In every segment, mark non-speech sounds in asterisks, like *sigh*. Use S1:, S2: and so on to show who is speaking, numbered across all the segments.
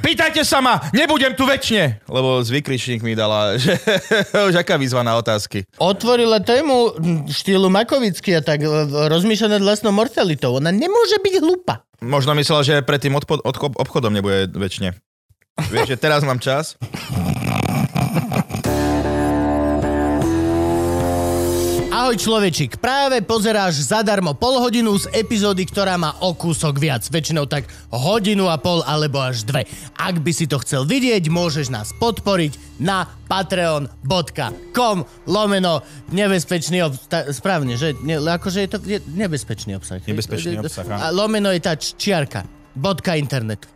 S1: Pýtajte sa ma, nebudem tu väčšine. Lebo zvykričník mi dala, *laughs* že už aká výzva na otázky.
S2: Otvorila tému štýlu Makovický a tak e, rozmýšľa nad vlastnou mortalitou. Ona nemôže byť hlúpa.
S1: Možno myslela, že pred tým odpo- odko- obchodom nebude väčšine. Vieš, že teraz mám čas.
S2: Ahoj človečik, práve pozeráš zadarmo pol hodinu z epizódy, ktorá má o kúsok viac, väčšinou tak hodinu a pol alebo až dve. Ak by si to chcel vidieť, môžeš nás podporiť na patreon.com lomeno nebezpečný obsah. Správne, že? Ne, akože je to je nebezpečný obsah. hej?
S1: Nebezpečný obsah, áno.
S2: A lomeno je tá č- čiarka. Bodka internetu.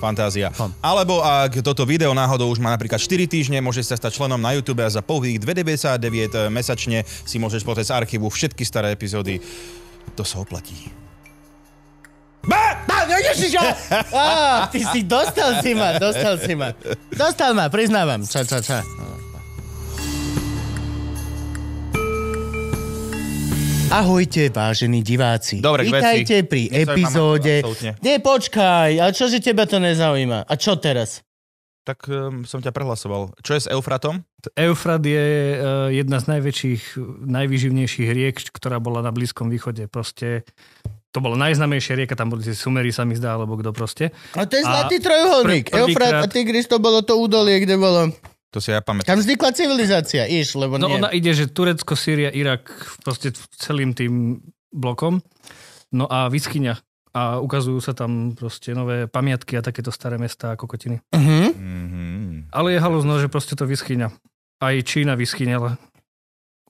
S1: Fantázia. Alebo ak toto video náhodou už má napríklad 4 týždne, môžeš sa stať členom na YouTube a za pouhých 2,99 eh, mesačne si môžeš pozrieť z archívu všetky staré epizódy. To sa oplatí.
S2: Á, ježiš, á, á, ty si dostal si ma, dostal si ma. Dostal ma, priznávam. Ča, ča, ča. Ahojte, vážení diváci.
S1: Dobre, k veci.
S2: Vítajte pri
S1: Nezaujíma ma to
S2: epizóde.
S1: absolútne.
S2: Nie, počkaj, a čo, že teba to nezaujíma? A čo teraz?
S1: Tak um, som ťa prehlasoval. Čo je s Eufratom?
S3: Eufrat je e, jedna z najväčších, najvyživnejších riek, ktorá bola na Blízkom východe. Proste to bola najznamejšia rieka, tam boli tie sumery, sa mi zdá, alebo kto proste.
S2: A to je
S3: A
S2: zlatý trojuholník.
S3: prv- prvýkrát-
S2: Eufrat a Tigris to bolo to údolie, kde bolo...
S1: To si ja pamätám.
S2: Tam vznikla civilizácia, iš, lebo
S3: No
S2: nie.
S3: ona ide, že Turecko, Sýria, Irak, proste celým tým blokom. No a Vyskyňa. A ukazujú sa tam proste nové pamiatky a takéto staré mesta a kokotiny.
S2: Mhm.
S1: Mm-hmm.
S3: Ale je halúzno, že proste to Vyskyňa. Aj Čína vyschynela.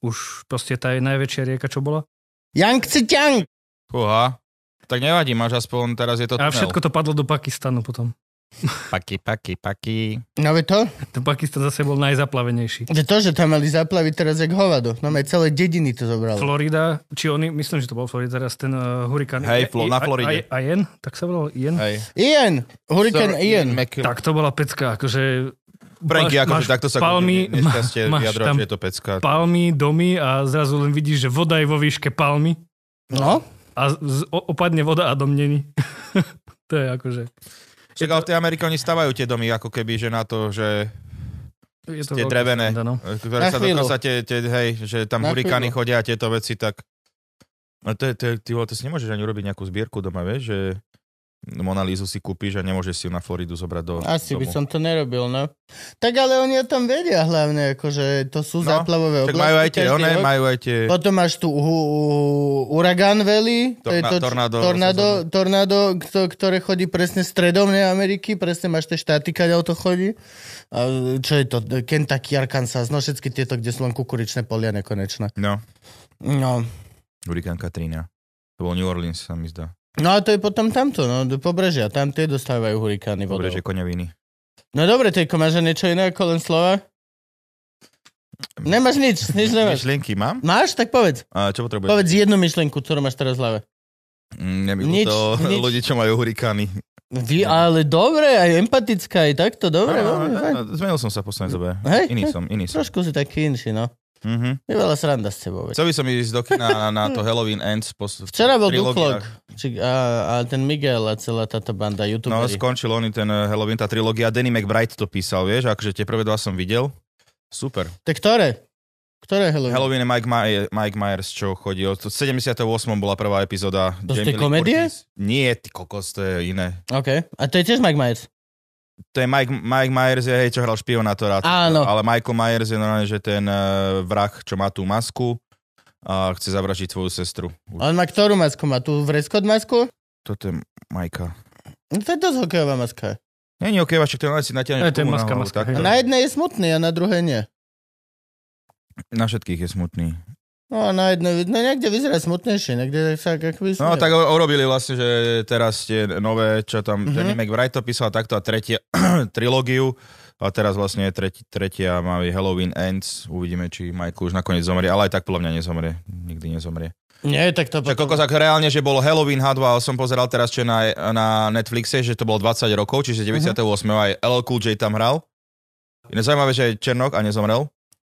S3: Už proste tá je najväčšia rieka, čo bola.
S2: Yang Citiang.
S1: Uha. Tak nevadí, máš aspoň teraz je to tunel.
S3: A všetko to padlo do Pakistanu potom.
S1: Paky, paky, paky.
S2: No veď to?
S3: Ten Pakistan zase bol najzaplavenejší.
S2: Že to, že tam mali zaplaviť teraz jak hovado. No aj celé dediny to zobralo.
S3: Florida, či oni, myslím, že to bol Florida, teraz ten uh, hurikán.
S1: Hej, Flo- na Floride.
S3: A, a, Ian, tak sa volal Ian.
S1: Hej.
S2: Ian, hurikán
S1: Sir
S2: Ian.
S1: Mac-
S3: Tak to bola pecka, akože...
S1: Pranky,
S3: máš-
S1: akože
S3: máš
S1: takto sa
S3: palmy,
S1: ne- nešťastie
S3: má- máš
S1: vyjadrovať,
S3: tam
S1: že je to pecka.
S3: palmy, domy a zrazu len vidíš, že voda je vo výške palmy
S2: No,
S3: a z, o, opadne voda a dom není. *laughs* to je akože...
S1: Však ale v tej Amerike oni stavajú tie domy ako keby, že na to, že
S3: Je to
S1: tie
S3: veľká
S1: drevené,
S3: sranda, no.
S1: ktoré
S2: Na
S1: sa
S2: chvíľu.
S1: dokonca tie, tie, hej, že tam
S2: Na
S1: hurikány
S2: chvíľu.
S1: chodia a tieto veci, tak... No to, je- to, je- ty vole, to si nemôžeš ani urobiť nejakú zbierku doma, vieš, že Monalízu si kúpiš a nemôžeš si ju na Floridu zobrať do
S2: asi
S1: domu.
S2: by som to nerobil, no. Tak ale oni o tom vedia hlavne, akože to sú
S1: No,
S2: záplavové
S1: Tak
S2: oblasti.
S1: majú aj tie,
S2: každý
S1: one,
S2: rok.
S1: majú aj tie...
S2: Potom máš tu uh, uh, Uragan Valley, to je
S1: Torna-
S2: to, čo-
S1: tornádo,
S2: tornádo,
S1: sa
S2: tornádo kto, ktoré chodí presne stredom ne, Ameriky, presne máš tie štáty, kadeľ to chodí. A, čo je to? Kentucky, Arkansas, no všetky tieto, kde sú len kukuričné polia nekonečné.
S1: No,
S2: No,
S1: hurikán Katrina. To bol New Orleans, sa mi zdá.
S2: No a to je potom tamto, no, do pobrežia. Tam tie dostávajú hurikány vodou.
S1: Dobre, že koneviny.
S2: No dobre, Tejko, máš aj niečo iné ako len slova? Nemáš nič, nič nemáš.
S1: Myšlienky mám?
S2: Máš? Tak povedz.
S1: A čo potrebuješ?
S2: Povedz jednu myšlienku, ktorú máš teraz v hlave.
S1: Mm, Nemilú
S2: Nič,
S1: to
S2: nič.
S1: *laughs* ľudí, čo majú hurikány.
S2: Vy, ale dobre, aj empatická, aj takto, dobre,
S1: Á,
S2: dobre,
S1: á,
S2: fajn.
S1: Zmenil som sa v poslednej dobe.
S2: Hej,
S1: Iný
S2: hej.
S1: som, iný som.
S2: Trošku si taký inší, no.
S1: Mhm.
S2: Je veľa sranda s tebou. Veď.
S1: Chcel by som ísť do kina na to Halloween Ends. Pos-
S2: Včera bol Duklok
S1: trilógia.
S2: či- a, a ten Miguel a celá táto banda
S1: No,
S2: youtuberi.
S1: skončil oni ten eh, Halloween, tá trilógia. Danny McBride to písal, vieš, akože tie prvé dva som videl. Super.
S2: Tak ktoré? Ktoré Halloween?
S1: Halloween je Mike, Mye- Mike Myers, čo chodí. Od 78. bola prvá epizóda.
S2: To sú
S1: Jamie Lee
S2: tie komédie?
S1: Curtis. Nie, ty kokos, to je iné.
S2: OK. A to je tiež Mike Myers.
S1: To je Mike, Mike Myers, je, hej, čo hral špionátora.
S2: Áno.
S1: Ale Michael Myers je normálne, že ten eh, vrah, čo má tú masku a chce zavražiť svoju sestru. Už.
S2: A on má ktorú masku? Má tú vreskot masku?
S1: Toto je Majka.
S2: No to je dosť hokejová maska.
S1: Nie, nie, okej, vašek, to je len si natiahneš
S3: Aj, to je
S1: gumu na
S3: maska,
S1: hlavu,
S3: maska,
S1: takto.
S3: hej.
S2: A na jednej je smutný a na druhej nie.
S1: Na všetkých je smutný.
S2: No a na jednej, no niekde vyzerá smutnejšie, niekde sa akoby
S1: No
S2: smeje.
S1: tak o- urobili vlastne, že teraz tie nové, čo tam
S2: Mhm.
S1: mm-hmm. Danny McBride to písal takto a tretia *clears throat* trilógiu. A teraz vlastne je tretí, tretia má byť Halloween Ends. Uvidíme, či Michael už nakoniec zomrie, ale aj tak podľa mňa nezomrie. Nikdy nezomrie.
S2: Nie, tak to
S1: Čo
S2: potom...
S1: kokos, ako reálne, že bol Halloween H2, ale som pozeral teraz, čo je na, na Netflixe, že to bolo 20 rokov, čiže 98. Uh-huh. aj LL Cool J tam hral. Iné zaujímavé, že je Černok a nezomrel.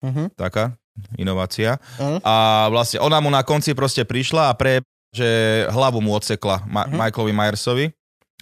S2: Uh-huh.
S1: Taká inovácia.
S2: Áno.
S1: A vlastne ona mu na konci proste prišla a pre, že hlavu mu odsekla Ma-
S2: Mhm.
S1: Michaelovi Myersovi.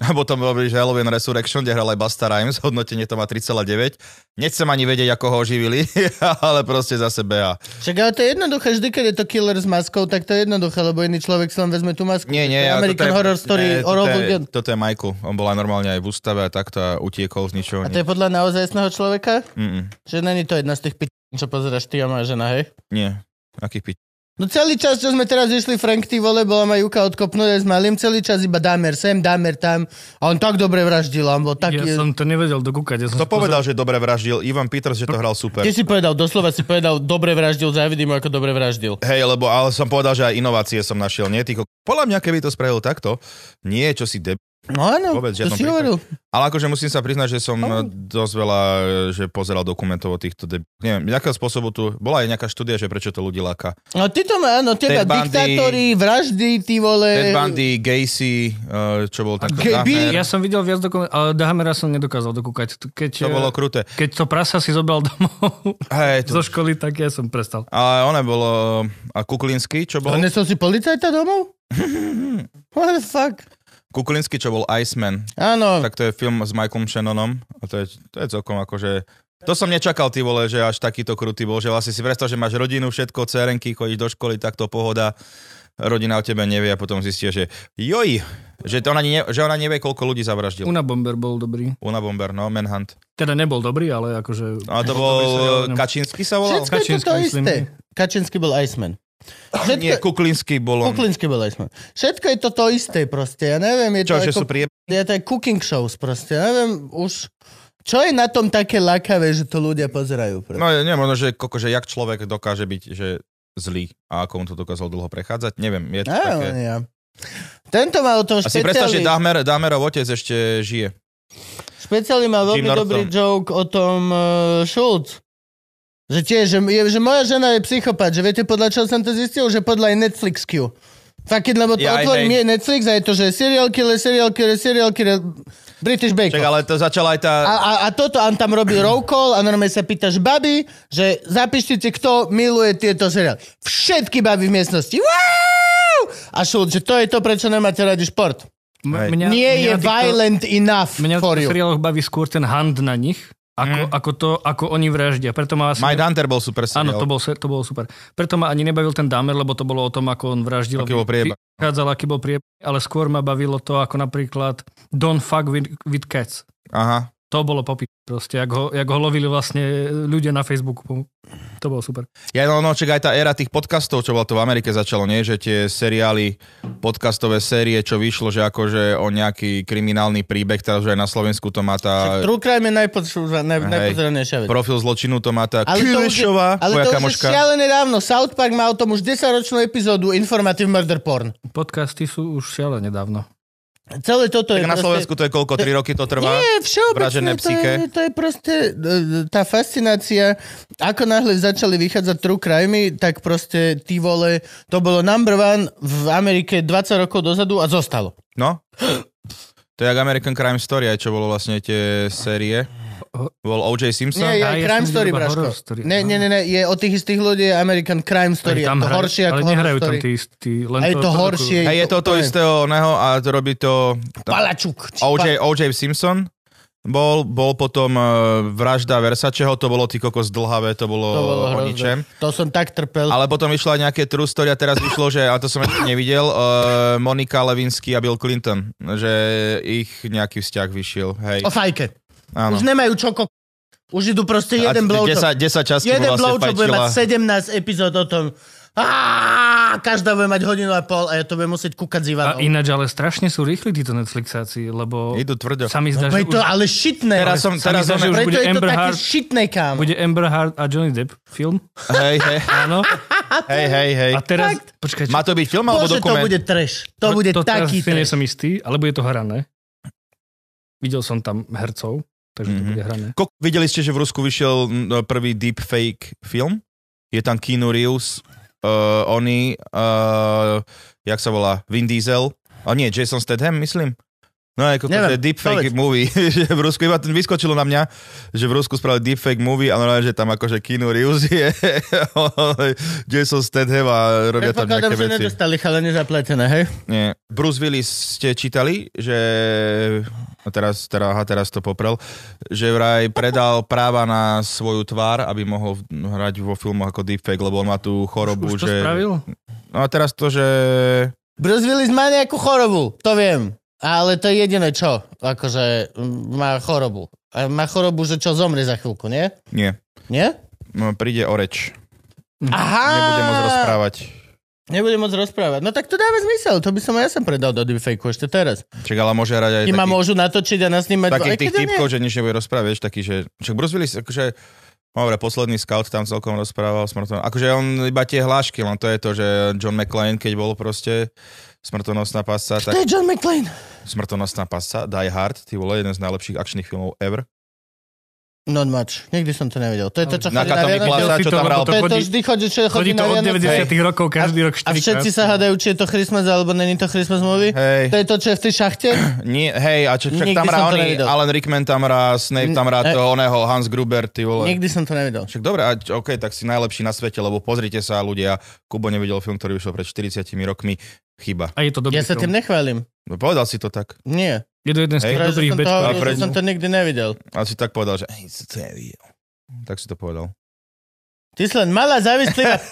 S1: A potom robíš Halloween Resurrection, kde hral aj Basta Rhymes, *laughs* hodnotenie to má 3,9. Nechcem ani vedieť, ako ho oživili, *laughs* ale proste zase beha.
S2: Však ale to je jednoduché, vždy, keď je to killer s maskou, tak to je jednoduché, lebo iný človek si len vezme tú masku.
S1: Nie, nie,
S2: To je
S1: ale
S2: American
S1: toto je-
S2: Horror Story,
S1: nie, toto,
S2: Horror
S1: je,
S2: Weekend.
S1: toto je Michael. On bol aj normálne aj v ústave a takto a utiekol z ničoho.
S2: A to je podľa naozajstného človeka?
S1: Mm, mm,
S2: Že není to jedna z tých pit, čo pozeráš ty a moja žena, hej?
S1: nie. Aký pič.
S2: No celý čas, čo sme teraz išli, Frank, ty vole, bola ma Juka odkopnúť aj s malým, celý čas iba damer sem, damer tam. A on tak dobre vraždil, on bol tak...
S3: ja som to nevedel dokúkať. Ja som
S1: To
S3: si pozeral-
S1: povedal, že dobre vraždil. Ivan Peters, že to hral super.
S2: Ty si povedal, doslova si povedal, dobre vraždil, závidím mu, ako dobre vraždil.
S1: Hej, lebo ale som povedal, že aj inovácie som našiel, nie? Ty, ko- podľa mňa, keby to spravil takto, nie, čo si de...
S2: No áno,
S1: Vôbec,
S2: to
S1: žiadnom
S2: si
S1: prípade.
S2: hovoril.
S1: Ale akože musím sa priznať, že som
S2: No.
S1: no. dosť veľa, e, že pozeral dokumentov o týchto de... Neviem, nejakého spôsobu tu... Bola aj nejaká štúdia, že prečo to ľudí láka.
S2: No ty to má, áno, teba
S1: Ted Bundy-
S2: diktátori, vraždy, ty vole...
S1: Ted Bundy, Gacy, e, čo bol takto...
S2: Gay Bill?
S1: Dahmer.
S3: Ja som videl viac dokumentov, ale Dahamera som nedokázal dokúkať. Keď,
S1: To bolo kruté.
S3: keď to prasa si zobral *laughs* domov
S1: Hej, to...
S3: zo školy, tak ja som prestal.
S1: Ale ona bolo... A Kuklinsky, čo bol?
S2: Donesol si policajta
S1: *laughs*
S2: domov? What the fuck?
S1: Kuklinsky, čo bol Iceman.
S2: Áno,
S1: Tak to je film s Michaelom Shannonom. A to je, to je celkom akože... To som nečakal, ty vole, že až takýto krutý bol, že vlastne si predstav, že máš rodinu, všetko, cerenky, chodíš do školy, takto pohoda, rodina o tebe nevie a potom zistia, že joj, že, to ona, ne, že ona nevie, koľko ľudí zavraždil.
S3: Una Bomber bol dobrý.
S1: Una Bomber, no, Manhunt.
S3: Teda nebol dobrý, ale akože...
S1: A
S2: *laughs*
S1: to
S3: dobrý
S1: bol
S3: seriál o ňom.
S1: Kačínsky sa volal?
S2: no. všetko je to
S3: Kačinska,
S2: to
S3: myslím.
S2: isté. Kačinský bol Iceman. Všetko,
S1: Nie, Kuklinsky bol on.
S2: Kuklinský bol Iceman. Všetko je to to isté proste, ja neviem, je
S1: Čo,
S2: to
S1: že
S2: ako,
S1: sú prie...
S2: je to aj cooking shows proste, ja neviem, už... Čo je na tom také lakavé, že to ľudia pozerajú? Proste?
S1: No nie, možno, že, koko, že jak človek dokáže byť že zlý a ako on to dokázal dlho prechádzať, neviem. Je to
S2: Áno,
S1: také...
S2: ja. Tento má o
S1: A
S2: tom
S1: si predstav, že
S2: špeciálny,
S1: Dahmer, Dahmerov otec ešte žije.
S2: špeciálny má
S1: Jim
S2: veľmi
S1: Norton.
S2: dobrý joke o tom uh, Schultz. Že tiež, že, je, že moja žena je psychopat, že viete podľa čoho som to zistil? Že podľa jej Netflix Q. Fakt, keď, lebo to
S1: Ja aj
S2: otvorím
S1: hej.
S2: jej Netflix a je to, že serial killer, serial killer, serial killer, British Bake.
S1: Čak, ale to začala aj tá...
S2: A, a, a toto, on tam robí roll call a normálne sa pýtaš baby, že zapíšte si, kto miluje tieto seriály. Všetky baby v miestnosti. Wow! A Šult, že to je to, prečo nemáte radi šport.
S1: Hej.
S3: M- mňa,
S2: Nie
S3: mňa
S2: je
S3: týchto-
S2: violent enough
S3: Mňa v
S2: for you.
S3: seriáloch baví skôr ten hand na nich, ako,
S1: Mhm.
S3: mm. ako to, ako oni vraždia. Preto ma asi...
S1: Mind Hunter bol super seriál.
S3: Áno, to, bol, se- to bolo super. Preto ma ani nebavil ten Dahmer, lebo to bolo o tom, ako on vraždil.
S1: Aký bol prieba.
S3: Vychádzal, aký bol prieba. Ale skôr ma bavilo to, ako napríklad Don't fuck with, with cats.
S1: Aha.
S3: To bolo popy. Proste, jak ho, jak ho lovili vlastne ľudia na Facebooku. To bolo super.
S1: Ja, no, no, čak aj tá éra tých podcastov, čo bola to v Amerike začalo, nie? Že tie seriály, podcastové série, čo vyšlo, že akože o nejaký kriminálny príbeh, teraz už aj na Slovensku to má tá...
S2: True crime je najpočúva- naj,
S1: Hej.
S2: najpozranejšia vec.
S1: Profil zločinu to má tá
S2: Ale to už, je,
S1: Kulešová,
S2: ale
S1: moja
S2: to už je
S1: kamoška.
S2: šialené dávno. South Park má o tom už 10-ročnú epizódu Informative Murder Porn.
S3: Podcasty sú už šiale nedávno.
S2: Celé toto je
S1: Tak na
S2: proste-
S1: Slovensku to je koľko? 3 roky to trvá?
S2: Nie,
S1: vražené
S2: všeobecne to
S1: psyché.
S2: je, to je proste e, tá fascinácia. Ako náhle začali vychádzať true crimey, tak proste tí vole, to bolo number one v Amerike 20 rokov dozadu a zostalo.
S1: No? To je jak American Crime Story, aj čo bolo vlastne tie série. Bol O.J. Simpson?
S2: Nie, je
S3: Á,
S2: aj
S3: ja
S2: Crime
S3: som
S2: Story,
S3: videl iba
S2: Braško.
S3: Horror Story.
S2: Ne, ne, ne, ne, je od tých istých ľudí je American Crime Story. Je
S3: Aj
S2: to
S3: hrajú-
S2: horšie ako
S3: ale
S2: Horror
S3: nehrajú tam
S2: Story.
S3: tí istí. Len
S2: A je to
S3: trochu-
S2: horšie.
S1: Hej, je to to
S2: úplne.
S1: istého oného a to robí to... tá-
S2: Palačuk. či
S1: OJ, OJ Simpson bol, bol potom uh, vražda Versačeho, to bolo ty kokos dlhavé, to bolo,
S2: To bolo
S1: o
S2: hrozné.
S1: ničem.
S2: To som tak trpel.
S1: Ale potom vyšla nejaké true story a teraz vyšlo, že, a to som ešte nevidel, uh, Monika Lewinsky a Bill Clinton, že ich nejaký vzťah vyšiel, hej.
S2: O fajke.
S1: Áno.
S2: Už nemajú čoko. Už idú proste
S1: a
S2: jeden
S1: 10,
S2: blowjob.
S1: 10 častí mu
S2: Jeden
S1: vlastne
S2: blowjob bude
S1: fajčila.
S2: mať 17 epizód o tom. Á, každá bude mať hodinu a pol a ja to budem musieť kúkať z
S3: A
S2: Ivanom.
S3: ináč, ale strašne sú rýchli títo Netflixáci, lebo
S1: Idú No tvrdo.
S3: sa mi zdá,
S2: Bude to
S3: že už
S2: ale šitné.
S1: Teraz som,
S3: sa mi
S1: teraz
S3: zdá,
S1: som,
S3: že už
S2: Preto
S3: bude
S2: je to
S3: Amber
S2: také
S3: Heard,
S2: šitné, kámo.
S3: bude Amber Heard a Johnny Depp film.
S1: hej, hej,
S3: Áno.
S1: hej, hej, hej.
S3: A teraz, počkaj, čo-
S1: Má to byť film alebo
S2: Bože, to
S1: dokument?
S2: bude trash. To bude
S3: to teraz
S2: taký
S3: si nie
S2: trash.
S3: som istý, ale bude to hrané. Videl som tam hercov, takže mm-hmm. to
S1: Mhm.
S3: bude hrané.
S1: Ko- videli ste, že v Rusku vyšiel mm, prvý deepfake film? Je tam Keanu Reeves, uh, oni, uh, jak sa volá, Vin Diesel, a nie, Jason Statham, myslím. No ako to
S2: Neviem,
S1: je deepfake
S2: povedz.
S1: movie, *laughs* že v Rusku iba ten vyskočilo na mňa, že v Rusku spravili deepfake movie, ale normálne, že tam akože Keanu Reeves je, *laughs* Jason Statham a robia tam
S2: Predpokladám,
S1: nejaké
S2: že
S1: veci.
S2: nedostali chalene zaplatené, hej?
S1: Nie. Bruce Willis ste čítali, že a teraz, teda, aha, teraz to poprel, že vraj predal práva na svoju tvár, aby mohol hrať vo filmoch ako deepfake, lebo on má tú chorobu,
S3: Už to
S1: že...
S3: spravil?
S1: No a teraz to, že...
S2: Bruce Willis má nejakú chorobu, to viem. Ale to je jediné čo, akože mm, má chorobu. A má chorobu, že čo, zomrie za chvíľku, nie?
S1: Nie.
S2: Nie?
S1: No, príde o reč.
S2: Aha!
S1: Mhm. Nebude môcť rozprávať.
S2: Nebude môcť rozprávať. No tak to dáva zmysel, to by som aj ja sem predal do deepfakeu ešte teraz.
S1: Čak, ale môže hrať aj
S2: Ty ma
S1: taký,
S2: môžu natočiť a nasnímať...
S1: takých
S2: Aj keď
S1: tých
S2: ja nie.
S1: typkov, že nič nebude rozprávať, vieš, taký, že... Však Bruce Willis, akože... Dobre, posledný scout tam celkom rozprával smrtonosť. Akože on iba tie hlášky, len to je to, že John McClane, keď bol proste smrtonosná pasca,
S2: To *laughs*
S1: tak
S2: je John McClane.
S1: smrtonosná pasca, Die Hard, ty vole, jeden z najlepších akčných filmov ever.
S2: Not much. Nikdy som to nevedel. To je to, čo
S1: Na
S2: chodí na
S1: Katomi
S2: Vianoce.
S1: Plaza,
S3: videl si
S1: čo
S3: to,
S1: tam
S3: lebo
S1: hral.
S2: To je to
S3: chodí-
S2: vždy chodí, čo chodí
S3: Chodí to
S2: na
S3: od
S2: Vianoce.
S3: 90 rokov, každý rok 4
S2: A všetci sa hádajú, či je to Christmas alebo není to Christmas movie.
S1: Hej,
S2: To je to, čo je v tej šachte?
S1: nie, hej, a čo,
S2: Nikdy
S1: čak, tam
S2: som
S1: hrá
S2: to
S1: oný,
S2: nevidel.
S1: Alan Rickman tam hrá, Snape tam hrá,
S2: Mm,
S1: toho oného, Hans Gruber, ty vole.
S2: Nikdy som to nevedel.
S1: Však dobre, a, OK, tak si najlepší na svete, lebo pozrite sa ľudia, Kubo nevidel film, ktorý vyšiel pred 40 rokmi, chyba.
S3: A je to dobrý
S2: Ja sa tým
S3: film.
S2: nechválim.
S1: No, povedal si to tak.
S2: Nie.
S3: Je to jeden z
S1: Hej.
S3: tých
S2: Práve, že
S3: dobrých
S2: som, to,
S3: bečkov.
S1: A
S2: že
S1: pre-
S2: som to nikdy nevidel.
S1: A si tak povedal, že hej, si to nevidel. Tak si to povedal.
S2: Ty si len malá
S1: *laughs*
S2: závislivá p***,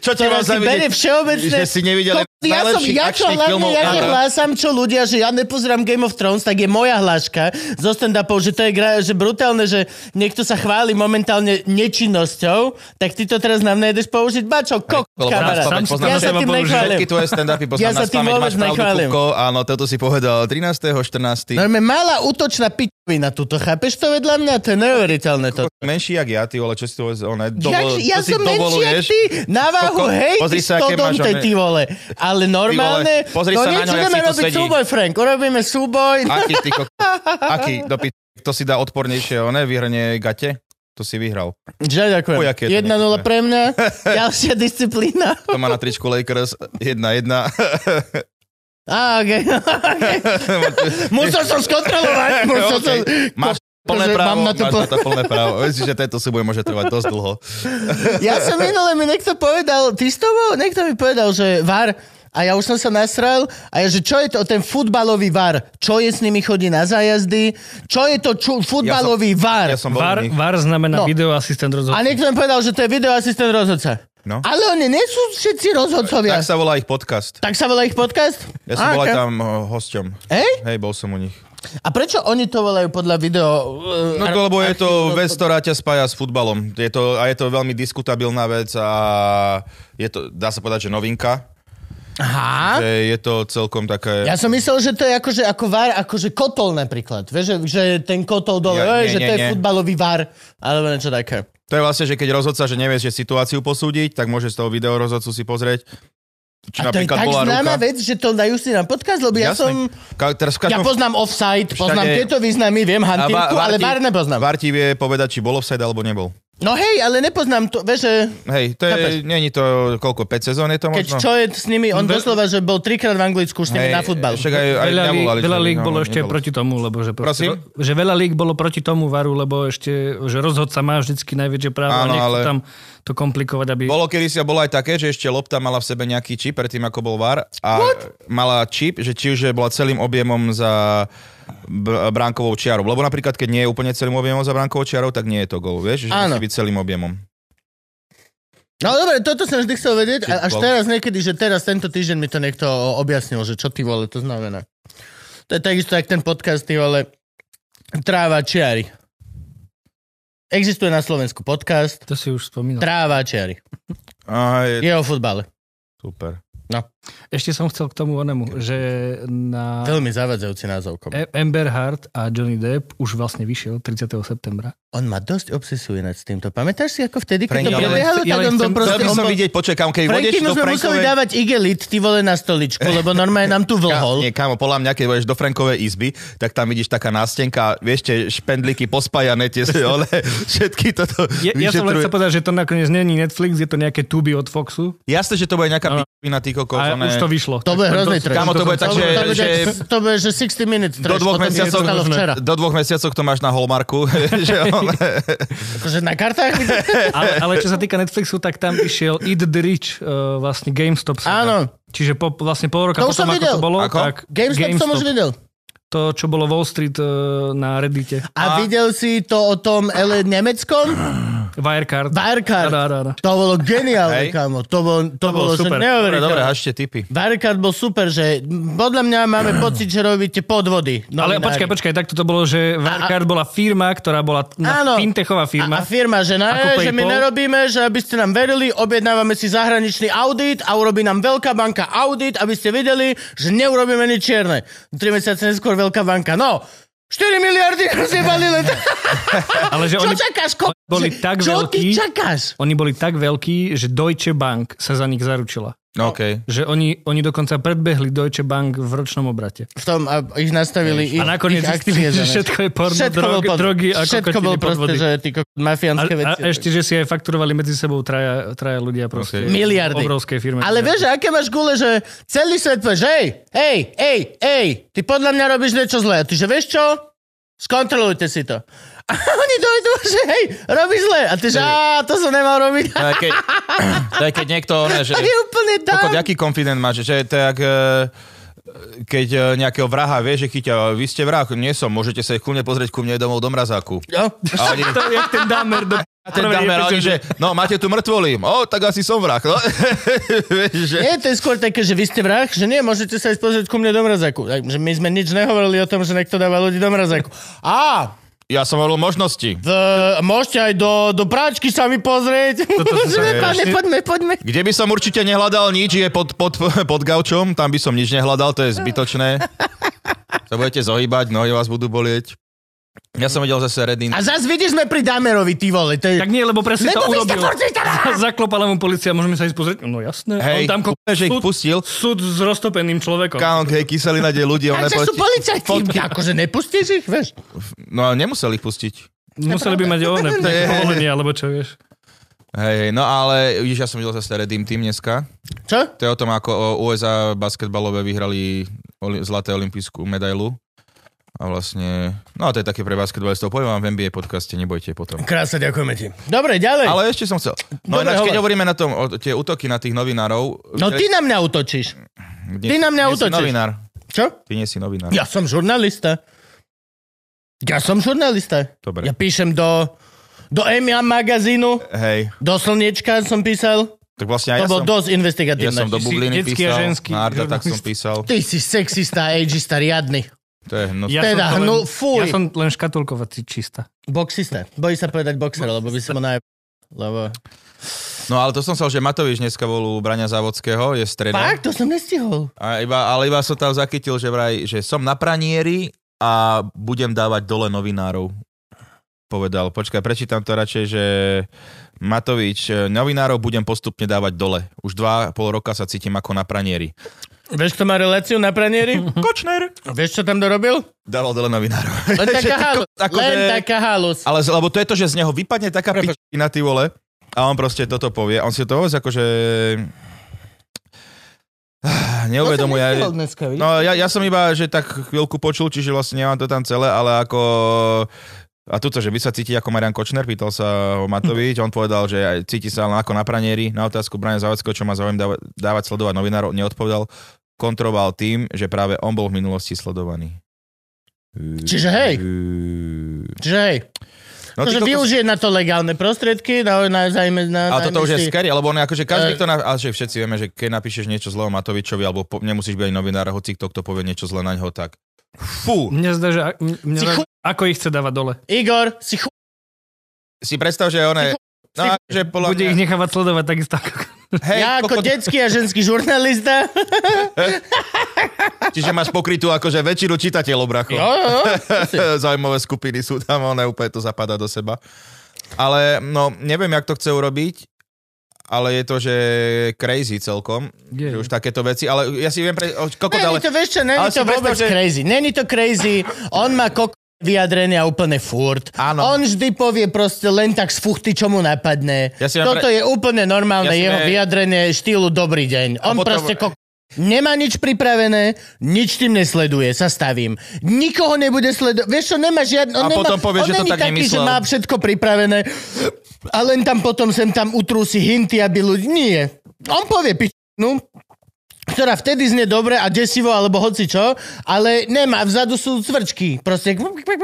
S1: Čo ťa
S2: ktorá
S1: mám
S2: si bere
S1: zavidieť?
S2: všeobecné...
S1: Že si nevidel
S2: Ko- ja som,
S1: najlepších
S2: ja čo
S1: akčných
S2: hlavne,
S1: filmov
S2: ja čo
S1: ever.
S2: hlásam, čo ľudia, že ja nepozerám Game of Thrones, tak je moja hláška zo stand-upov, že to je gra, že brutálne, že niekto sa chváli momentálne nečinnosťou, tak ty to teraz nám nejdeš použiť, bačo, kok,
S1: Lebo
S2: kamarát.
S1: nás pamäť poznám
S2: Ja
S1: na
S2: sa
S1: seba
S2: tým
S3: použiť.
S2: nechválim.
S1: Všetky tvoje stand-upy poznám
S2: Ja sa
S1: na
S2: tým
S1: spameť,
S2: vôbec
S1: máš pravdu,
S2: nechválim.
S1: Kupko. Áno, toto si povedal 13. 14.
S2: Normálne No, malá útočná pičovina tuto, chápeš to vedľa mňa? To je neuveriteľné to.
S1: Menší jak ja, ty vole, čo si to oné,
S2: Jak,
S1: dovol,
S2: ja
S1: čo si
S2: som menší jak
S1: dovoluješ?
S2: ty, na váhu,
S1: Koko,
S2: hej,
S1: pozri
S2: ty
S1: sa, aké máš
S2: stodonte,
S1: one-
S2: ty vole. Ale normálne,
S1: pozri
S2: no
S1: sa na
S2: niečo
S1: ňo, jak
S2: ideme
S1: si to
S2: robiť
S1: sedí.
S2: súboj, Frank, urobíme súboj.
S1: Aký ty koko?
S2: *laughs*
S1: Aký, do pi- To si dá odpornejšie, oné, vyhrne gate? To si vyhral.
S2: Že ďakujem.
S1: Chuj, aké je to
S2: 1-0
S1: nechutné.
S2: pre
S1: *laughs*
S2: mňa, ďalšia disciplína.
S1: To má na tričku Lakers 1-1.
S2: Á, *laughs* okay.
S1: *laughs*
S2: Musel som skontrolovať, musel som...
S1: Okej. Máš plné
S2: Akože
S1: právo,
S2: mám na to
S1: máš
S2: pl-
S1: na to plné právo. Myslím, že tento súboj môže trvať dosť dlho.
S2: Ja som minule, mi niekto povedal, ty s tobou? Niekto mi povedal, že VAR, a ja už som sa nasral a ja, že čo je to ten futbalový VAR? Čo je s nimi chodí na zájazdy? Čo je to ču, futbalový
S1: Ja
S2: VAR?
S1: som bol u
S3: VAR,
S1: nich.
S3: VAR
S2: No.
S3: znamená videoasistent
S2: A
S3: rozhodcu.
S2: niekto mi povedal, že to je videoasistent rozhodca.
S1: No.
S2: Ale oni nie sú všetci rozhodcovia.
S1: Tak sa volá ich podcast.
S2: tak sa volá ich podcast?
S1: Ja som
S2: Á,
S1: bol aj
S2: Ah, ok.
S1: tam oh, hosťom.
S2: Hej?
S1: Hej, bol som u nich.
S2: A prečo oni to volajú podľa video... eh,
S1: No to, lebo je to
S2: archívneho-
S1: vec, ktorá ťa spája s futbalom. Je to, a je to veľmi diskutabilná vec a je to, dá sa povedať, že novinka.
S2: Aha.
S1: Že je to celkom také...
S2: Ja som myslel, že to je akože ako var, akože kotol napríklad. Vieš, že, že ten kotol dole,
S1: Ja-
S2: ja,
S1: nie,
S2: že
S1: nie,
S2: to je
S1: nie.
S2: futbalový var, alebo niečo také.
S1: To je vlastne, že keď rozhodca, že nevieš, že situáciu posúdiť, tak môže z toho video rozhodcu si pozrieť, či
S2: A to je
S1: napríklad
S2: tak
S1: bola
S2: známa
S1: ruka.
S2: vec, že to dajú si na podcast, lebo ja
S1: Jasné.
S2: som...
S1: Ka- teraz v
S2: Ja
S1: každom...
S2: poznám offside, poznám
S1: Všade-
S2: tieto významy, viem hantírku, ale var nepoznám.
S1: Var ti vie povedať, či bol offside alebo nebol.
S2: No hej, ale nepoznám to, vieš, že
S1: Hej, to
S2: Chápeš?
S1: je, není to, koľko, 5 sezón je to
S2: keď
S1: možno?
S2: čo je s nimi, on
S3: Ve-
S2: doslova, že bol trikrát v Anglicku s
S1: no.
S2: nimi
S1: Hej,
S2: na futbal.
S1: Však aj, aj
S3: Veľa, lík,
S1: nevolali,
S3: veľa
S1: že-
S3: lík
S1: no,
S3: bolo ešte
S1: nebolo.
S3: proti tomu, lebo že,
S1: Prosím?
S3: proste, že veľa lík bolo proti tomu varu, lebo ešte, že rozhodca má vždycky najväčšie právo
S1: Áno,
S3: a nechcú
S1: ale-
S3: tam to komplikovať, aby...
S1: Bolo kedy si a bolo aj také, že ešte lopta mala v sebe nejaký čip predtým, ako bol VAR a mala čip, že či už je bola celým objemom za br- bránkovou čiarou. Lebo napríklad, keď nie je úplne celým objemom za bránkovou čiarou, tak nie je to gol, vieš? Že
S2: Áno.
S1: musí byť celým objemom.
S2: No dobre, toto som vždy chcel vedieť, a až
S1: Kickball.
S2: teraz niekedy, že teraz tento týždeň mi to niekto objasnil, že čo ty vole to znamená. To je takisto, jak ten podcast, ty vole, Tráva čiary. Existuje na Slovensku podcast
S3: To si už spomínal.
S2: Tráva čiary.
S1: A je...
S2: Je o futbale.
S1: Super.
S3: Ešte som chcel k tomu onemu, že na
S2: Veľmi zavadzajúci názov. kom.
S3: E- Amber Hart a Johnny Depp už vlastne vyšiel 30. septembra.
S2: On ma dosť obsesuje nad týmto. Pamätáš si, ako vtedy, keď
S1: Frank,
S2: to
S1: ja len-
S2: prebiehalo,
S3: ja
S2: tak
S3: len
S2: on bol
S3: chcem-
S1: Chcel
S2: proste...
S1: by
S2: On
S1: som
S2: bol...
S1: vidieť, počkaj, kam keď
S2: Franky,
S1: vôjdeš do
S2: my sme museli
S1: Frankovej...
S2: dávať igelit, ty vole, na stoličku, lebo normálne nám tu
S1: *laughs* Ka-
S2: vlhol.
S1: nie, kámo, podľa mňa, keď budeš do Frankovej izby, tak tam vidíš taká nástenka, vieš, tie špendlíky pospajané, tie *laughs* ale všetky toto
S3: Je, ja som len chcel povedať, že to nakoniec není Netflix, je to nejaké tuby od Foxu.
S1: Jasné, že to bude nejaká
S3: Áno.
S1: pičovina, ty kokos,
S3: A
S1: oné-
S3: už to vyšlo.
S2: To bude hrozný
S3: to-
S2: trash.
S1: Kamo, to bude tak, že-
S2: to, bude,
S1: že-
S2: to bude, že 60 minút
S1: Do
S2: trash,
S1: dvoch,
S2: potom mesiacov,
S1: mesiacov,
S2: stalo včera.
S1: do dvoch mesiacov to máš na Hallmarku. *laughs* že on,
S2: Akože na kartách?
S1: *laughs*
S3: Ale, ale čo sa týka Netflixu, tak tam išiel Eat the Rich, uh, vlastne GameStop. Sa
S2: Áno.
S3: Čiže po, vlastne pol roka
S2: To No už som
S3: potom, ako
S2: videl.
S3: to bolo,
S1: Ako?
S3: tak
S2: GameStop, som už videl.
S3: To, čo bolo Wall Street uh, na Reddite.
S2: A, videl si to o tom ele nemeckom?
S3: Wirecard.
S2: Wirecard.
S3: Áno, áno, áno.
S2: To bolo geniálne,
S1: Hej.
S2: kámo. To bolo, to bolo,
S3: bolo
S2: že
S3: super.
S1: dobre,
S2: neuveriteľné.
S1: dobre, hašte tipy.
S2: Wirecard bol super, že podľa mňa
S1: *clears throat*
S2: máme pocit, že robíte podvody.
S3: Ale
S2: novinári.
S3: počkaj, počkaj, takto to bolo, že Wirecard bola firma, ktorá bola
S2: Áno.
S3: na fintechová firma.
S2: A, a firma, že, ne, že
S3: Ako
S2: my
S3: PayPal?
S2: nerobíme, že aby ste nám verili, objednávame si zahraničný audit a urobí nám veľká banka audit, aby ste videli, že neurobíme nič čierne. Tri mesiace neskôr veľká banka. No, 4 miliardy rozjebali len.
S3: ale *laughs* že
S2: Čo
S3: oni,
S2: čakáš? Ko...
S3: oni boli tak
S2: Čo ty
S3: veľkí.
S2: čakáš?
S3: oni boli tak veľkí, že Deutsche Bank sa za nich zaručila.
S1: OK.
S3: Že oni, oni dokonca predbehli Deutsche Bank v ročnom obrate.
S2: V tom a ich nastavili ich,
S3: A nakoniec
S2: ich akcie
S3: zistili,
S2: za
S3: že
S2: nás.
S3: všetko je porno,
S2: Všetko
S3: drog,
S2: bol pod-
S3: drogy a
S2: Všetko bol
S3: kokotiny,
S2: proste,
S3: podvody.
S2: že ty ko-
S3: A,
S2: mafiánske
S3: a
S2: veci.
S3: ešte, že si aj fakturovali medzi sebou traja, traja ľudia proste.
S1: Ok.
S2: Miliardy.
S3: V Obrovskej firme.
S2: Ale vieš, že aké máš gule, že celý svet povie, že hej, hej, hej, hej, ty podľa mňa robíš niečo zlé. A ty, že vieš čo? Skontrolujte si to. *laughs* A oni dojdú, že hej, robíš zlé. A ty, že á, to som nemal robiť. *laughs*
S1: To je keď, *clears throat* to je keď niekto, ne, že...
S2: A je úplne tak.
S1: Kokot, aký confident máš, že to je jak... e, Keď e, nejakého vraha vie, že chytia, vy ste vrah, nie som, môžete sa ich kľudne pozrieť ku mne domov do *laughs* mrazáku.
S2: Jo.
S1: A oni,
S3: To je jak ten damer do...
S1: *laughs* a ten damer, a oni, že no, máte tu mŕtvolím, o, tak asi som vrah. No. *laughs* Vieš, že...
S2: Nie, to je skôr také, že vy ste vrah, že nie, môžete sa ísť pozrieť ku mne do mrazaku. Takže my sme nič nehovorili o tom, že niekto dáva ľudí do mrazaku. Á,
S1: Ja som hovoril možnosti.
S2: v, môžete aj do, do práčky sa mi pozrieť.
S3: Toto som
S2: *laughs*
S3: sa
S2: Môžeme,
S3: ešte-
S2: pane, poďme, poďme.
S1: Kde by som určite nehľadal nič, je pod, pod, pod gaučom, tam by som nič nehľadal, to je zbytočné. Sa budete zohýbať, nohy vás budú bolieť. Ja som videl zase Redin.
S2: A zase vidíš, sme pri Damerovi, ty vole. To je...
S3: Tak nie, lebo presne
S2: Lebo vy
S3: to
S2: ste
S3: urobil.
S2: furt Twittera!
S3: Zaklopala mu policia, môžeme sa ísť pozrieť. No jasné.
S1: Hej,
S3: on tam ko-
S1: že ich
S3: súd,
S1: pustil.
S3: súd s roztopeným človekom.
S1: Kámo, hej, kyselina, kde ľudí, on
S2: Takže sú
S1: nepustí.
S2: policajti.
S1: Fotky.
S2: Akože nepustíš ich, vieš?
S1: No a nemusel ich pustiť.
S3: Museli
S2: *laughs*
S3: by mať oné nejaké
S1: je-
S3: povolenie, alebo čo vieš.
S1: Hej, hej, no ale vidíš, ja som videl zase Redim Team dneska.
S2: Čo?
S1: To je o tom, ako o- USA basketbalové vyhrali oli- zlaté olimpijskú medailu. A vlastne, no a to je také pre basketbalistov. Poviem vám v NBA podcaste, nebojte potom.
S2: Krásne, ďakujeme ti. Dobre, ďalej.
S1: Ale ešte som chcel. No
S2: Dobre,
S1: ináč, keď
S2: hovor.
S1: hovoríme na tom, o tie útoky na tých novinárov...
S2: No ty na mňa utočíš.
S1: nie,
S2: ty na mňa
S1: nie si
S2: útočíš.
S1: novinár.
S2: Čo?
S1: Ty nie si novinár.
S2: Ja som žurnalista. Ja som žurnalista.
S1: Dobre.
S2: Ja píšem do... Do EMIA magazínu,
S1: Hej.
S2: do Slniečka som písal.
S1: Tak vlastne aj
S2: To
S1: ja
S2: bol
S1: som...
S2: dosť
S1: Ja
S2: investigatívne.
S1: som do
S3: Ty si
S1: bubliny
S3: detský a
S1: písal,
S3: ženský
S1: na Arda tak som
S3: žurnalist.
S1: písal.
S2: Ty si sexista, ageista, riadny.
S1: To je hnus.
S3: Ja
S2: Teda,
S3: som to len,
S2: no fuj.
S3: Ja som len škatulkovací čista.
S2: Boxista. Bojí sa povedať boxer, lebo by som ho naj... Lebo...
S1: No ale to som sa, že Matovič dneska bol u Braňa Závodského, je streda.
S2: Fakt, to som nestihol.
S1: A iba, ale iba som tam zachytil, že vraj, že som na pranieri a budem dávať dole novinárov. Povedal, počkaj, prečítam to radšej, že Matovič, eh, novinárov budem postupne dávať dole. Už dva a pol roka sa cítim ako na pranieri.
S2: Vieš, kto má reláciu na *laughs* pranieri?
S1: Kočner!
S2: Vieš, čo tam
S1: *laughs*
S2: dorobil?
S1: Dával dole novinárov.
S2: Len
S1: *laughs* Že ty
S2: taká halus.
S1: ko- akože-
S2: No Len taká halus.
S1: Ale z- lebo to je to, že z neho vypadne taká pičina, ty vole, a on proste toto povie. On si to vôbec akože... *sighs* Neuvedomuje.
S2: To som nestihol dneska, vidíš?
S1: No ja, ja som iba, že tak chvíľku počul, čiže vlastne nemám to tam celé, ale ako... A tuto, že by sa cíti ako Marian Kočner, pýtal sa ho Matovič, on povedal, že aj cíti sa len ako na pranieri. Na otázku Brania Závodského, čo má záujem dávať, dávať sledovať novinárov, neodpovedal. Kontroval tým, že práve on bol v minulosti sledovaný.
S2: Čiže hej. Čiže hej,
S1: No, ty
S2: akože
S1: kokos-
S2: využije na to legálne prostriedky, na, na, na, na
S1: Ale toto už je
S2: najmä si-
S1: scary, lebo on je akože
S2: Eh.
S1: každý, kto... Na, ale že všetci vieme, že keď napíšeš niečo zlé o Matovičovi, alebo po, nemusíš byť ani novinár, hoci kto, kto povie niečo zlé na ňo, tak fú.
S3: Mne zdá, že a- m- mne
S2: Si
S3: zdá,
S2: chu-
S3: ako ich chce dávať dole.
S2: Igor, si chu...
S1: Si predstav, že on je...
S2: *laughs*
S1: No, že podľa
S3: Bude ich
S1: mňa,
S3: nechávať sledovať takisto ako...
S1: hej,
S2: ja ako
S1: kokot,
S2: detský a ženský žurnalista.
S1: *laughs* čiže máš pokrytú akože väčšinu čitateľov, bracho.
S2: Jo, jo, jo.
S1: *laughs* Zaujímavé skupiny sú tam, ona úplne to zapadá do seba. Ale no, neviem, jak to chce urobiť, ale je to, že crazy celkom,
S3: Je.
S1: že už takéto veci, ale ja si viem, pre... o, kokot, ale...
S2: Není to, vieš čo, není
S1: ale si
S2: to
S1: predstav,
S2: vôbec
S1: že-
S2: crazy. Není to crazy, on má kok vyjadrenia úplne furt.
S1: Áno.
S2: On vždy povie proste len tak z fuchty, čo mu napadne.
S1: Ja si napra-
S2: Toto je úplne normálne
S1: Ja si
S2: jeho
S1: ne-
S2: vyjadrenie štýlu dobrý deň. On
S1: potom-
S2: proste kok Nemá nič pripravené, nič tým nesleduje, sa stavím. Nikoho nebude sledovať. Vieš čo, nemá žiadne...
S4: A
S2: nemá,
S4: potom povie,
S2: on
S4: že to
S2: není
S4: tak
S2: taký, že
S4: nemyslel.
S2: má všetko pripravené a len tam potom sem tam utrúsi hinty, aby ľudí... Nie. On povie no." pičinu, ktorá vtedy znie dobre a desivo, alebo hoci čo, ale nemá, vzadu sú cvrčky. Proste,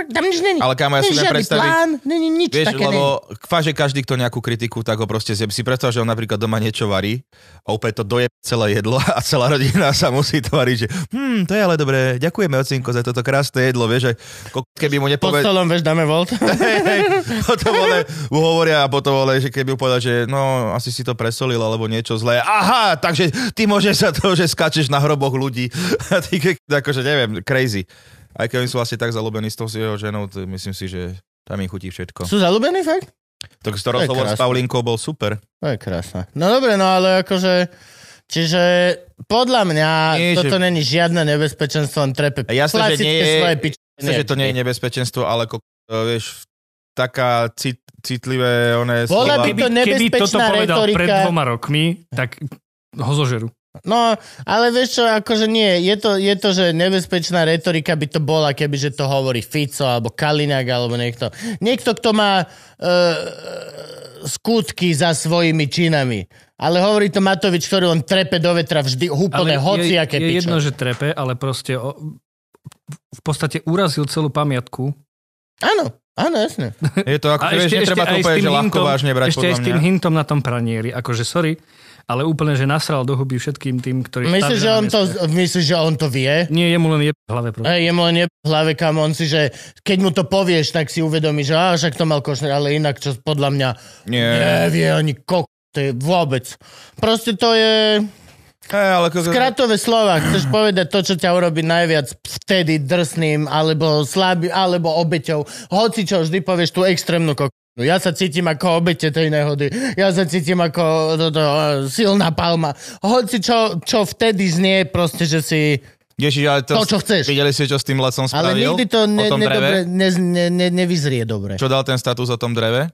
S2: tam nič není.
S1: Ale kámo, ja
S2: Není
S1: si viem
S2: žiadny
S1: predstaviť-
S2: plán, není nič
S1: Vieš,
S2: také. není.
S1: lebo fakt, že každý, kto nejakú kritiku, tak ho proste zjem. Si predstav, že on napríklad doma niečo varí a úplne to doje celé jedlo *laughs* a celá rodina sa musí tvariť, že hm, to je ale dobré, ďakujeme ocinko za toto krásne jedlo, vieš, že ko- keby mu *laughs*
S2: Pod
S1: nepovedal,
S2: stolom, vieš, dáme volt.
S1: hej, hej, potom vole, mu hovoria a potom vole, že keby mu povedal, že no, asi si to presolil alebo niečo zlé. Aha, takže ty môžeš za to, že skačeš na hroboch ľudí. *laughs* A ty, ke- akože neviem, crazy. Aj keď oni sú vlastne tak zalúbení s tou s jeho ženou, to myslím si, že tam im chutí všetko.
S2: *laughs* Sú zalúbení fakt?
S1: Tak to rozhovor s
S2: krásne.
S1: Paulinkou bol super.
S2: To je krásne. No dobre, no ale akože... Čiže podľa mňa
S1: Nie,
S2: nie,
S1: že-
S2: toto že... není žiadne nebezpečenstvo, len trepe
S1: A jasné, že
S2: klasické
S1: nie je-
S2: svoje pič...
S1: Myslím, že to nie je nebezpečenstvo, ale ko, e, vieš, taká cit, citlivé one
S2: Bola
S1: slova.
S2: by
S1: By...
S2: to nebezpečná
S3: toto povedal
S2: retorika.
S3: pred dvoma rokmi, tak ho zožerú.
S2: No, ale vieš čo, akože nie, je to, je to, že nebezpečná retorika by to bola, keby že to hovorí Fico, alebo Kaliňák, alebo niekto. Niekto, kto má e, skutky za svojimi činami. Ale hovorí to Matovič, ktorý len trepe do vetra vždy úplne
S3: je,
S2: hociaké
S3: je
S2: pičo.
S3: jedno, že trepe, ale proste o, v podstate urazil celú pamiatku.
S2: Áno, áno, jasne.
S1: Je to ako,
S3: A
S1: vieš,
S3: ešte, ešte
S1: netreba to
S3: aj s
S1: úplne,
S3: tým
S1: že ľahko
S3: hintom,
S1: vážne brať
S3: ešte aj
S1: podľa
S3: s
S1: mňa.
S3: tým hintom na tom pranieri. Akože sorry, ale úplne, že nasral do huby všetkým tým, ktorí...
S2: Myslíš,
S3: stavia
S2: že
S3: na
S2: on to,
S3: mieste.
S2: myslíš, že on to vie?
S3: Nie, jemu len je v hlave. proste.
S2: Hej, jemu len je v hlave, kam on si, že keď mu to povieš, tak si uvedomí, že á, však to mal Košner, ale inak, čo podľa mňa
S1: Nie,
S2: nevie ani kok, to je vôbec. Proste to je
S1: Hej, ale ko,
S2: kratové slova. Chceš povedať to, čo ťa urobí najviac vtedy drsným, alebo slabým, alebo obeťou. Hoci čo, vždy povieš tú extrémnu kok. Ja sa cítim ako obete tej nehody. Ja sa cítim ako to, to, silná palma. Hoci čo, čo vtedy znie proste, že si...
S1: Ježiš, ale to,
S2: to, čo chceš.
S1: Videli ste, čo s tým lacom
S2: Ale
S1: spravil?
S2: nikdy to ne,
S1: o tom dreve?
S2: nedobre, ne, ne, ne, nevyzrie dobre.
S1: Čo dal ten status o tom dreve?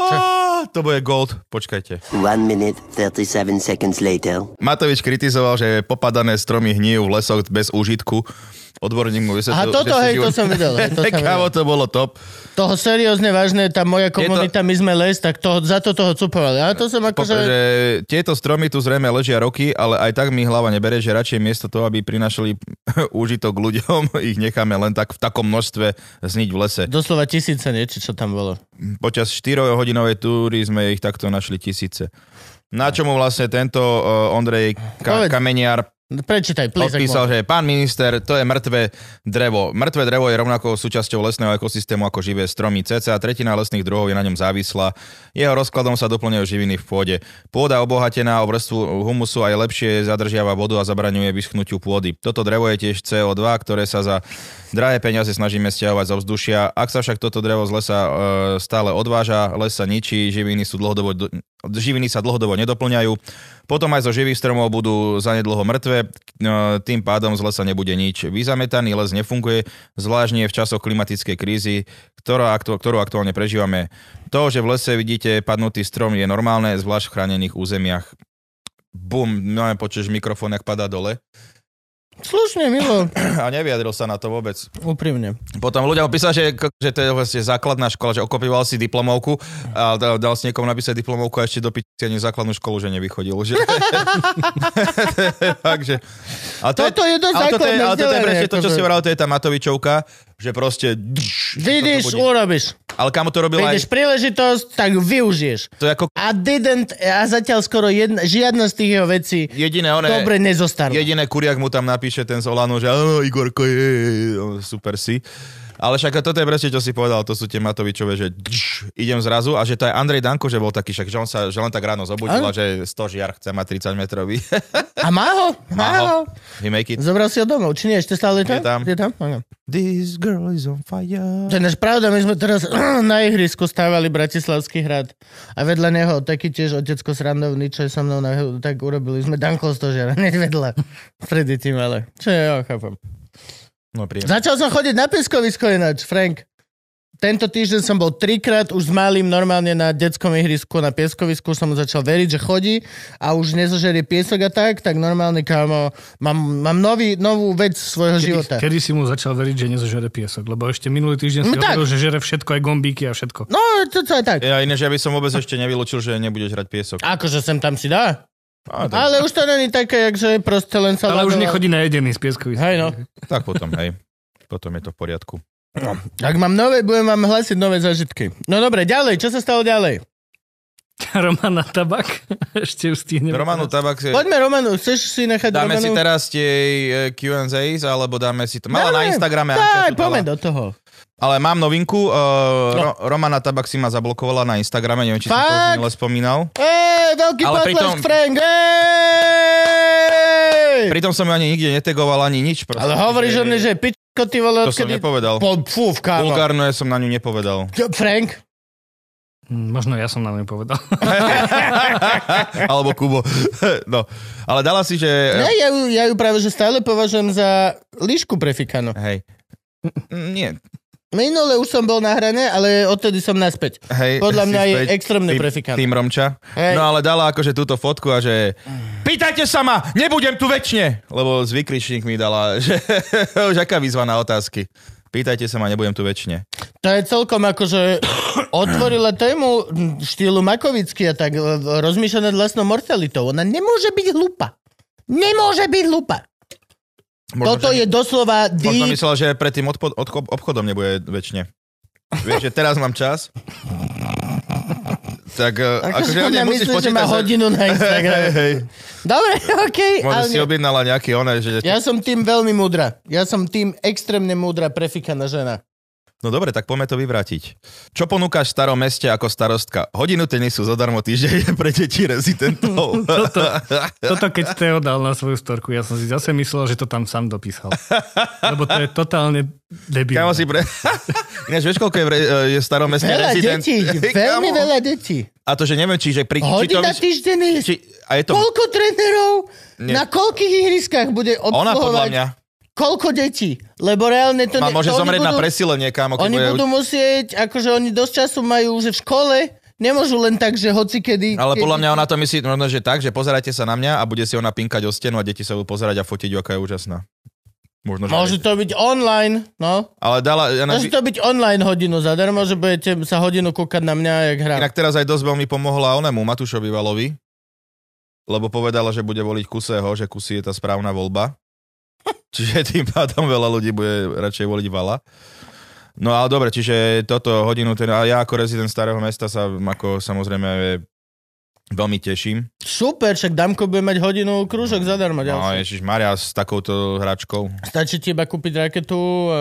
S1: Á, to bude gold. Počkajte.
S5: One minute, 37 seconds later.
S1: Matovič kritizoval, že popadané stromy hníjú v lesoch bez užitku. Odborník mu vysvetlil,
S2: Aha, toto,
S1: že si
S2: hej, to som videl,
S1: *laughs*
S2: hej, to som
S1: Kámo, to bolo top.
S2: Toho seriózne vážne, tá moja komunita, my sme les, tak toho, za to toho cupovali. Ale to som
S1: Pokiaľ,
S2: akože...
S1: že tieto stromy tu zrejme ležia roky, ale aj tak mi hlava nebere, že radšej miesto toho, aby prinašali *laughs* úžitok ľuďom, *laughs* ich necháme len tak v takom množstve zniť v lese.
S2: Doslova tisíce niečo, čo tam bolo.
S1: Počas 4-hodinovej túry sme ich takto našli tisíce. Na čomu vlastne tento eh, Ondrej Ka-
S2: Povedz.
S1: Kameniar
S2: Prečítaj, please. ak
S1: odpísal, že pán minister, to je mŕtve drevo. Mŕtve drevo je rovnako súčasťou lesného ekosystému ako živé stromy. Cca tretina lesných druhov je na ňom závislá. Jeho rozkladom sa doplňujú živiny v pôde. Pôda obohatená o vrstvu humusu aj lepšie zadržiava vodu a zabraňuje vyschnutiu pôdy. Toto drevo je tiež CO2, ktoré sa za drahé peniaze snažíme stiahovať z ovzdušia. Ak sa však toto drevo z lesa e, stále odváža, les sa ničí, živiny, sú dlhodobo, d- živiny sa dlhodobo nedoplňajú. Potom aj zo živých stromov budú zanedlho mŕtve, e, tým pádom z lesa nebude nič. Vyzametaný les nefunguje, zvlášť nie v časoch klimatickej krízy, ktorá, aktu- ktorú aktuálne prežívame. To, že v lese vidíte padnutý strom, je normálne, zvlášť v chránených územiach. Bum, no počuješ mikrofón, ak padá dole. *clears throat*
S2: Slušne, milo, *clears throat*
S1: A nevyjadril sa na to vôbec.
S2: úprimne.
S1: Potom ľudia opísali, že, že to je vlastne základná škola, že okopíval si diplomovku a dal, dal si niekomu napísať diplomovku a ešte do piči ani základnú školu, že nevychodil. Že... *laughs* Takže... A to
S2: Toto je dosť
S1: ale toto je, ale toto je
S2: základné vzdelanie,
S1: presne to, čo
S2: akože.
S1: si hovoril, to je tá Matovičovka, že proste...
S2: Vidíš,
S1: Toto bude-
S2: urobíš.
S1: Ale kamo to robil
S2: Vidíš
S1: aj...
S2: príležitosť, tak využiješ.
S1: To je ako
S2: A didn't, a zatiaľ skoro jedna, žiadna z tých jeho vecí
S1: jediné one...
S2: dobre nezostanú.
S1: Jediné kuriak mu tam napíše ten z Olanu, že áno, Igorko je, No, super si. Ale však toto je presne, čo si povedal, to sú tie Matovičové, že dž, idem zrazu a že to aj Andrej Danko, že bol taký, však, že on sa že len tak ráno zobudil a
S2: Áno.
S1: že 100 žiar chce mať 30
S2: *laughs*
S1: metrový.
S2: A má ho, má ho.
S1: He make it.
S2: Zobral si ho domov, či nie? Ešte stále
S1: Je tam.
S2: Je tam? Áno.
S1: This girl is on fire.
S2: To je náš pravda, my sme teraz *clears throat* na ihrisku stávali Bratislavský hrad a vedľa neho taký tiež otecko srandovný, čo je so mnou, na, tak urobili sme Danko *laughs* Stožera, hneď vedľa, pred tým ale, čo ja chápem.
S1: No príjemne.
S2: Začal som chodiť na pieskovisko ináč, Frank. tento týždeň som bol trikrát už s malým normálne na detskom ihrisku, na pieskovisku, už som mu začal veriť, že chodí a už nezožerie piesok a tak, tak normálne kámo, mám, mám nový, novú vec svojho života.
S3: Kedy si mu začal veriť, že nezožere piesok? Lebo ešte minulý týždeň
S2: No
S3: si
S2: tak.
S3: hovoril, že žere všetko, aj gombíky a všetko.
S2: No, to, to je tak.
S1: Ja iné, že ja by som vôbec ešte nevylúčil, že nebudeš hrať piesok.
S2: Akože sem tam si dá.
S1: A, tak,
S2: Ale už to není také, že proste len sa...
S3: Ale už
S2: ladoval.
S3: nechodí na jedený z pieskoviska.
S2: Hej
S3: *laughs*
S2: no.
S1: tak potom, hej. Potom je to v poriadku.
S2: Ak mám nové, budem vám hlásiť nové zážitky. No dobre, ďalej, čo sa stalo ďalej?
S3: Roman na tabak. *laughs* Ešte už stihne.
S1: Romanu Tabak, si-
S2: Poďme Romanu, chceš si nechať
S1: dáme
S2: Romanu?
S1: si teraz tie eh, Q&A's, alebo dáme si to... Mala na
S2: Dáme.
S1: Instagrame
S2: Daj,
S1: anketu,
S2: poďme
S1: dala.
S2: do No. toho.
S1: Ale mám novinku. Uh, Ro- Romana Tabak si ma zablokovala na Instagrame, neviem, či som to už
S2: Fakt?
S1: minule spomínal.
S2: Ej, veľký
S1: Ale
S2: potlesk,
S1: pritom-
S2: Frank, ej!
S1: Pritom som ju ani nikde netegoval, ani nič. Proste,
S2: Ale hovoríš o mne, že pičko ty vole,
S1: To som
S2: odkedy...
S1: nepovedal.
S2: Po, fú, v kámo.
S1: Vulgárne som na ňu
S2: *laughs*
S1: nepovedal.
S2: Čo, Frank?
S3: Hm, Možno ja som nám
S1: *laughs*
S3: nepovedal.
S1: Alebo Kubo. *laughs* no. Ale dala si, že...
S2: Ne, ja ju, ja ju práve že stále považujem za líšku prefikanú.
S1: Hej. Mm, Nie,
S2: Minule už som bol na hrane, ale odtedy som naspäť.
S1: hej.
S2: Podľa mňa
S1: si
S2: je
S1: späť.
S2: extrémne
S1: Tým-
S2: prefikaná.
S1: Tým Romča.
S2: Hej.
S1: No ale dala akože túto fotku a že... Pýtajte sa ma, nebudem tu väčšine! Lebo zvykričník mi dala, *laughs* že už aká výzva na otázky. Pýtajte sa ma, nebudem tu väčšine.
S2: To je celkom
S1: *coughs*
S2: akože otvorila tému štýlu Makovický a tak e, rozmýšľa nad vlastnou mortalitou. Ona nemôže byť hlupa. Nemôže byť hlupa. Toto
S1: že-
S2: je doslova
S1: Možno
S2: deep.
S1: myslel, že pred tým odpo- odko- obchodom nebude väčšine. Vieš, že teraz mám čas. Tak e,
S2: *laughs*
S1: akože ja
S2: Ona
S1: musíš
S2: myslí, že
S1: počítať...
S2: má
S1: *laughs*
S2: hodinu na
S1: Hej, hej,
S2: Instagrame.
S1: hej. *laughs*
S2: Dobre, okej.
S1: Možno
S2: ale
S1: si
S2: nie.
S1: objednala nejaký one, že...
S2: Ja som tým veľmi múdra. Ja som tým extrémne múdra prefikaná žena.
S1: No dobre, tak poďme to vyvrátiť. Čo ponúkaš v starom meste ako starostka? Hodinu tenisu zadarmo týždeň pre deti
S2: *laughs*
S1: rezidentov.
S3: Toto, toto keď Teo dal na svoju storku, ja som si zase myslel, že to tam sám dopísal. Lebo to je totálne debilné.
S1: Kámo si pre... *laughs* Ináč, vieš, koľko je, v re... e, je v starom meste
S2: Veľa
S1: rezident? *laughs*
S2: detí, veľmi
S1: Kámo.
S2: veľa detí.
S1: A to, že neviem, či, že pri... či to...
S2: Hodina týždenný.
S1: či... A je to...
S2: Koľko trénerov
S1: Nie.
S2: na koľkých ihriskách bude
S1: Ona podľa mňa.
S2: obsluhovať koľko detí? Lebo reálne to...
S1: Ma môže
S2: to oni
S1: zomrieť na
S2: budú-
S1: presílenie, kámo. keď
S2: Oni
S1: bude-
S2: budú musieť, akože oni dosť času majú, že v škole nemôžu len tak, že hoci kedy...
S1: Ale podľa
S2: kedy-
S1: mňa ona to myslí možno, že tak, že pozerajte sa na mňa a bude si ona pinkať o stenu a deti sa budú pozerať a fotiť, ju, aká je úžasná. Možno, že...
S2: Môže to byť online, no.
S1: Ale dala... Ja
S2: Môže to byť online hodinu zadarmo, že budete sa hodinu kúkať na mňa, jak hrám.
S1: Inak teraz aj dosť veľmi pomohla onemu Matušovi Valovi, lebo povedala, že bude voliť Kuseho, že Kusy je tá správna voľba. Čiže tým pádom veľa ľudí bude radšej voliť Vala. No ale dobre, čiže toto hodinu, ten, a ja ako rezident starého mesta sa ako samozrejme veľmi teším.
S2: Super, však Damko bude mať hodinu krúžok zadarmo
S1: No
S2: ďalší.
S1: ježiš, Maria s takouto hračkou,
S2: Stačí ti iba kúpiť raketu, e,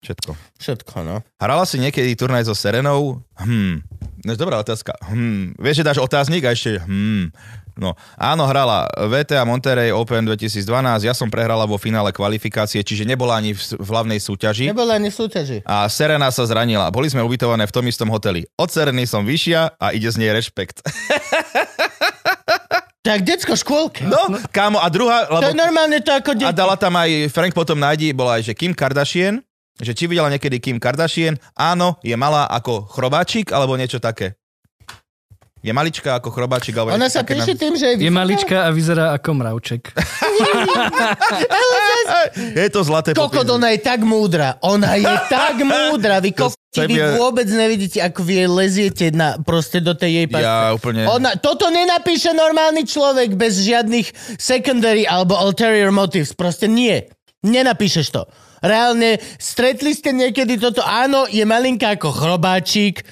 S1: všetko.
S2: všetko, no.
S1: Hrala si niekedy turnaj so Serenou? Hm. No, dobrá otázka. Hm. Vieš, že dáš otáznik a ešte hm. No, áno, hrala VTA Monterey Open 2012, ja som prehrala vo finále kvalifikácie, čiže nebola ani v, s- v hlavnej súťaži.
S2: Nebola ani v súťaži.
S1: A Serena sa zranila. Boli sme ubytované v tom istom hoteli. Od Sereny som vyššia a ide z nej rešpekt.
S2: Tak detsko v škôlke.
S1: No, kámo, a druhá...
S2: To je
S1: Lebo,
S2: normálne to ako
S1: a
S2: deti.
S1: dala tam aj, Frank potom nájdi, bola aj, že Kim Kardashian, že či videla niekedy Kim Kardashian, áno, je malá ako chrobáčik, alebo niečo také. Je maličká ako chrobáčik, alebo
S2: Ona
S1: niečo
S2: sa
S1: také
S2: píše tým, že
S3: Je malička a vyzerá ako mravček.
S1: Je to zlaté
S2: Kokot,
S1: popiezne.
S2: ona je tak múdra. Ona je
S1: *laughs*
S2: tak múdra. Vy kokoti,
S1: sa
S2: vy
S1: mi-
S2: vôbec nevidíte, ako vy jej leziete na, proste do tej jej pasce.
S1: Ja úplne...
S2: Ona, toto nenapíše normálny človek bez žiadnych secondary alebo ulterior motives. Proste nie. Nenapíšeš to. Reálne, stretli ste niekedy toto? Áno, je malinká ako chrobáčik.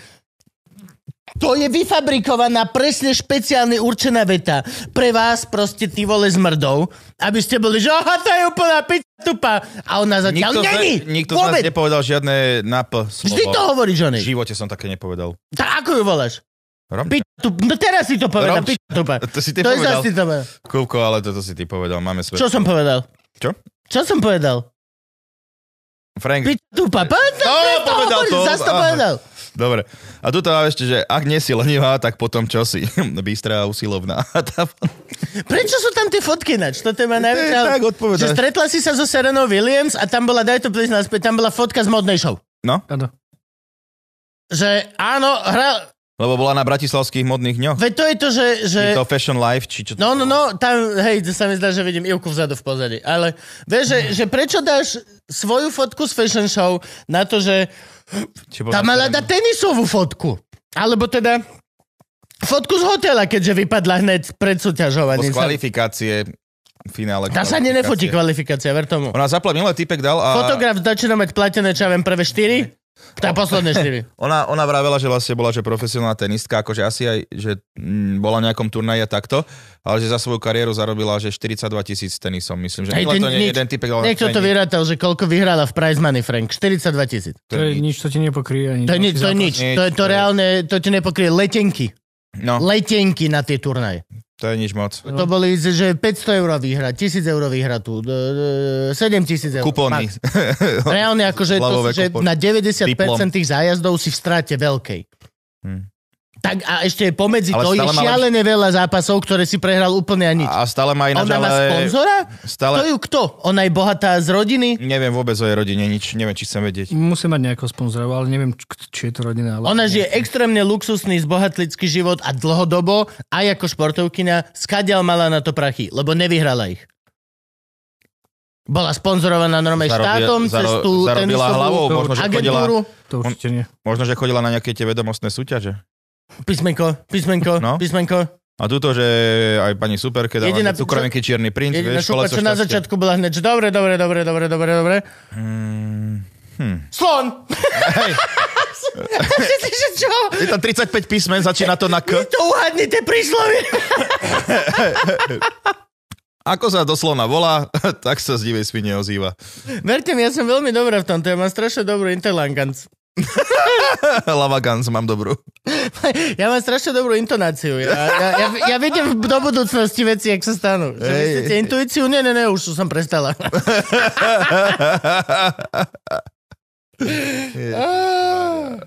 S2: To je vyfabrikovaná presne špeciálne určená veta pre vás proste ty vole z mrdou, aby ste boli, že aha, to je úplná pizza tupa. A ona zatiaľ
S1: Nikto, sa,
S2: není.
S1: nikto z nás
S2: Vôbec.
S1: nepovedal žiadne na P slovo.
S2: Vždy to hovoríš o
S1: V
S2: nej.
S1: živote som také nepovedal.
S2: Tak ako ju voláš?
S1: Romča.
S2: Pizza tupa. No teraz si to povedal,
S1: Robč,
S2: pizza tupa.
S1: *laughs* to si ty
S2: to je
S1: povedal.
S2: zase ty to povedal.
S1: Kúbko, ale toto si ty povedal, máme svet.
S2: Čo som povedal?
S1: Čo?
S2: Čo som povedal?
S1: Frank,
S2: Pič tu papa?
S1: No, povedal to.
S2: Zas to
S1: Aha.
S2: povedal.
S1: dobre. A tu tam ešte, že ak nie si lenivá, tak potom čo si? *laughs* Bystrá a usilovná. *laughs* A tá-
S2: Prečo sú tam tie fotky nač? Toto ma
S1: To
S2: najviac...
S1: je tak, odpovedaj.
S2: Že stretla si sa so Serenou Williams a tam bola, daj to please naspäť, tam bola fotka z modnej show.
S1: No?
S3: Áno.
S2: že áno, hra,
S1: Lebo bola na bratislavských modných dňoch.
S2: veď to je to, že, že
S1: Je to Fashion Life, či čo to...
S2: No, no, no, tam, hej, to sa mi zdá, že vidím Ivku vzadu v pozadí. Ale vieš, že, že prečo dáš svoju fotku z fashion show na to, že
S1: Či teda bol-
S2: tam mala dať tenisovú fotku? Alebo teda fotku z hotela, keďže vypadla hneď pred
S1: Bol z
S2: súťažovaním.
S1: kvalifikácie v finále.
S2: Tá sa ani nefotí
S1: kvalifikácie.
S2: kvalifikácia, ver tomu.
S1: Ona zapla, milé typek dal a
S2: Fotograf začína mať platené, čo ja viem, prvé štyri, tá posledné štyri.
S1: ona, ona vravela, že vlastne bola že profesionálna tenistka, akože asi aj, že mm, bola na nejakom turnaji a takto, ale že za svoju kariéru zarobila, že 42 tisíc tenisom, myslím, že Hej,
S2: Hej,
S1: to
S2: to
S1: nie
S2: nič.
S1: jeden typek, ale
S2: Niekto to
S1: nič.
S2: vyrátal, že koľko vyhrala v Prize Money Frank. 42 tisíc.
S3: To je nič, to ti nepokryje. Ani
S2: To je nič, to je
S3: ďalší
S2: nič. To, je, to
S1: nič.
S2: reálne, to ti nepokrie letenky.
S1: No,
S2: Letenky na tie turnaje.
S1: to je nič moc.
S2: To boli, že 500 eur výhra, 1000 eur výhra tu, d- d- 7000 eur.
S1: Kupóny.
S2: Max. Reálne akože to,
S1: Lavové
S2: že
S1: kupóny.
S2: na 90%
S1: Diplom.
S2: tých zájazdov si v strate veľkej.
S1: Hm.
S2: Tak a ešte pomedzi
S1: Ale
S2: to je
S1: stále mala-
S2: šialené veľa zápasov, ktoré si prehral úplne a nič.
S1: A stále má ináč,
S2: Ona
S1: ale...
S2: má
S1: Mm,
S2: sponzora?
S1: Stále...
S2: To ju kto? Ona je bohatá z rodiny?
S1: Neviem vôbec o jej rodine nič, neviem, či chcem vedieť.
S3: Musí mať nejakého sponzora, ale neviem, č- či je to rodina.
S1: vlastne
S3: Ale...
S2: Ona žije extrémne luxusný, zbohatlický život a dlhodobo, aj ako športovkyňa, skadiaľ mala na to prachy, lebo nevyhrala ich. Bola sponzorovaná normálne
S1: Zarobila-
S2: štátom, cez
S1: zaro-
S2: tú
S1: zarobila
S2: tenisovú
S1: hlavou, možno, že
S2: agentúru.
S3: To určite nie.
S1: Možno, že chodila na nejaké tie vedomostné súťaže.
S2: Písmenko, písmenko,
S1: No.
S2: písmenko.
S1: A tuto, že aj pani Superke dáva
S2: Jediná-
S1: že cukrovinky Čierny princ,
S2: Jediná
S1: vieš, škola
S2: šupa, čo na začiatku bola hneď, že dobre, dobre, dobre, dobre, dobre, dobre.
S1: Hmm, hm.
S2: Slon! *laughs* Že si- že čo?
S1: Je tam 35 písmen, začína to na K.
S2: To uhadnite príslovie.
S1: Ako sa doslova volá, *laughs* tak sa z divej svine ozýva. *laughs*
S2: Verte mi, ja som veľmi dobrá v tomto, ja mám strašne dobrú interlanganc.
S1: Lavagans mám dobrú.
S2: Ja mám strašne dobrú intonáciu. Ja, ja, ja, ja vidím do budúcnosti veci, jak sa stanú. Že
S1: Hej.
S2: myslíte, intuíciu? Nie, nie, nie, už som
S1: *laughs*
S2: prestala.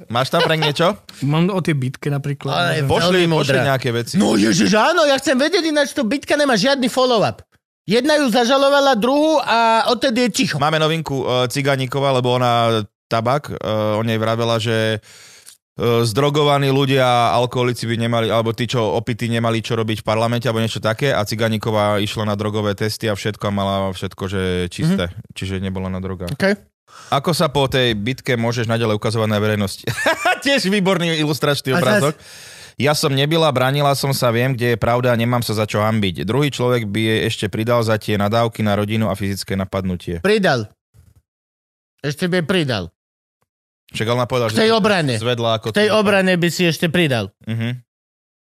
S1: Máš tam pre niečo?
S3: Mám o tie bitke napríklad.
S2: Ale
S3: neviem.
S2: po-
S1: Pošli,
S2: Veľmi
S1: pošli
S2: múdra.
S1: nejaké veci.
S2: No ježiš, áno, ja chcem vedieť, ináč to bitka nemá žiadny follow-up. Jedna ju zažalovala druhú a odtedy je ticho.
S1: *laughs* Máme novinku uh, Ciganíkova, lebo ona tabak, uh, o nej vravela, že eh, zdrogovaní ľudia, alkoholici by nemali, alebo tí, čo opití nemali čo robiť v parlamente, alebo niečo také. A Ciganíková išla na drogové testy a všetko a mala všetko, že čisté.
S2: Mhm.
S1: Mm-hmm. Čiže nebola na drogách.
S2: Okay.
S1: Ako sa po tej bitke môžeš naďalej ukazovať na verejnosti? *laughs* Tiež výborný ilustračný
S2: A zas-
S1: obrázok. Ja som nebila, bránila som sa, viem, kde je pravda a nemám sa za čo hambiť. Druhý človek by jej ešte pridal za tie nadávky na rodinu a fyzické napadnutie.
S2: Pridal. Ešte by pridal.
S1: Však ona povedala,
S2: K tej obrane.
S1: Zvedla ako...
S2: V tej obrane by si ešte pridal.
S1: Mhm.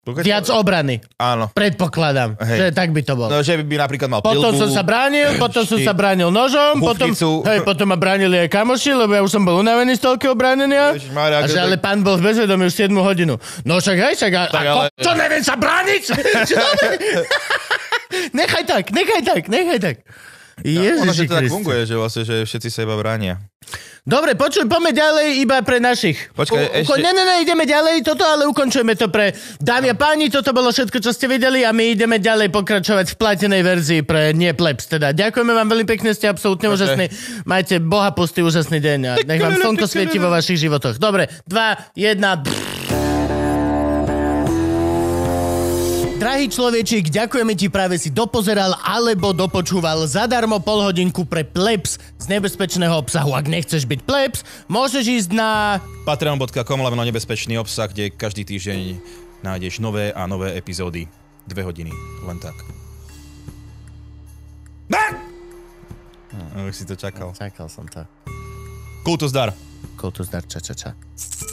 S1: Pokiaľ-
S2: Viac obrany,
S1: Áno.
S2: predpokladám.
S1: Hej.
S2: Že tak by to bolo.
S1: No, že by napríklad mal
S2: Potom
S1: pilbu.
S2: som sa bránil, potom som sa bránil nožom, potom,
S1: Hufnicu.
S2: hej, potom ma bránili aj kamoši, lebo ja už som bol unavený z toľkého bránenia.
S1: Ježišmária,
S2: A že
S1: ako-
S2: ale pán bol v bezvedomí už 7 hodinu. No však hej, však a,
S1: Tak
S2: ako,
S1: ale-
S2: čo neviem sa
S1: *laughs*
S2: brániť? Čo dobre? nechaj tak, nechaj tak, nechaj tak.
S1: No, Ono, že
S2: Ježiši
S1: to tak
S2: Kriste.
S1: funguje, že vlastne, že všetci sa iba bránia.
S2: Dobre, počuj, poďme ďalej iba pre našich.
S1: Počkaj, ešte-
S2: Ne, ne, ne, ideme ďalej toto, ale ukončujeme to pre... Dámy a páni, toto bolo všetko, čo ste videli a my ideme ďalej pokračovať v platenej verzii pre nie plebs. Teda ďakujeme vám veľmi pekne, ste absolútne úžasní. Majte boha pustý úžasný deň a nech vám slnko svieti vo vašich životoch. Dobre, dva, jedna... Drahý človečik, ďakujeme ti, práve si dopozeral alebo dopočúval zadarmo pol hodinku pre plebs z nebezpečného obsahu. Ak nechceš byť plebs, môžeš ísť na...
S1: Patreon.com, lebo nebezpečný obsah, kde každý týždeň nájdeš nové a nové epizódy. Dve hodiny, len tak. Už si to čakal.
S2: Čakal som to.
S1: Hm, Kultus dar.
S2: Koto zdar, ča, ča, ča.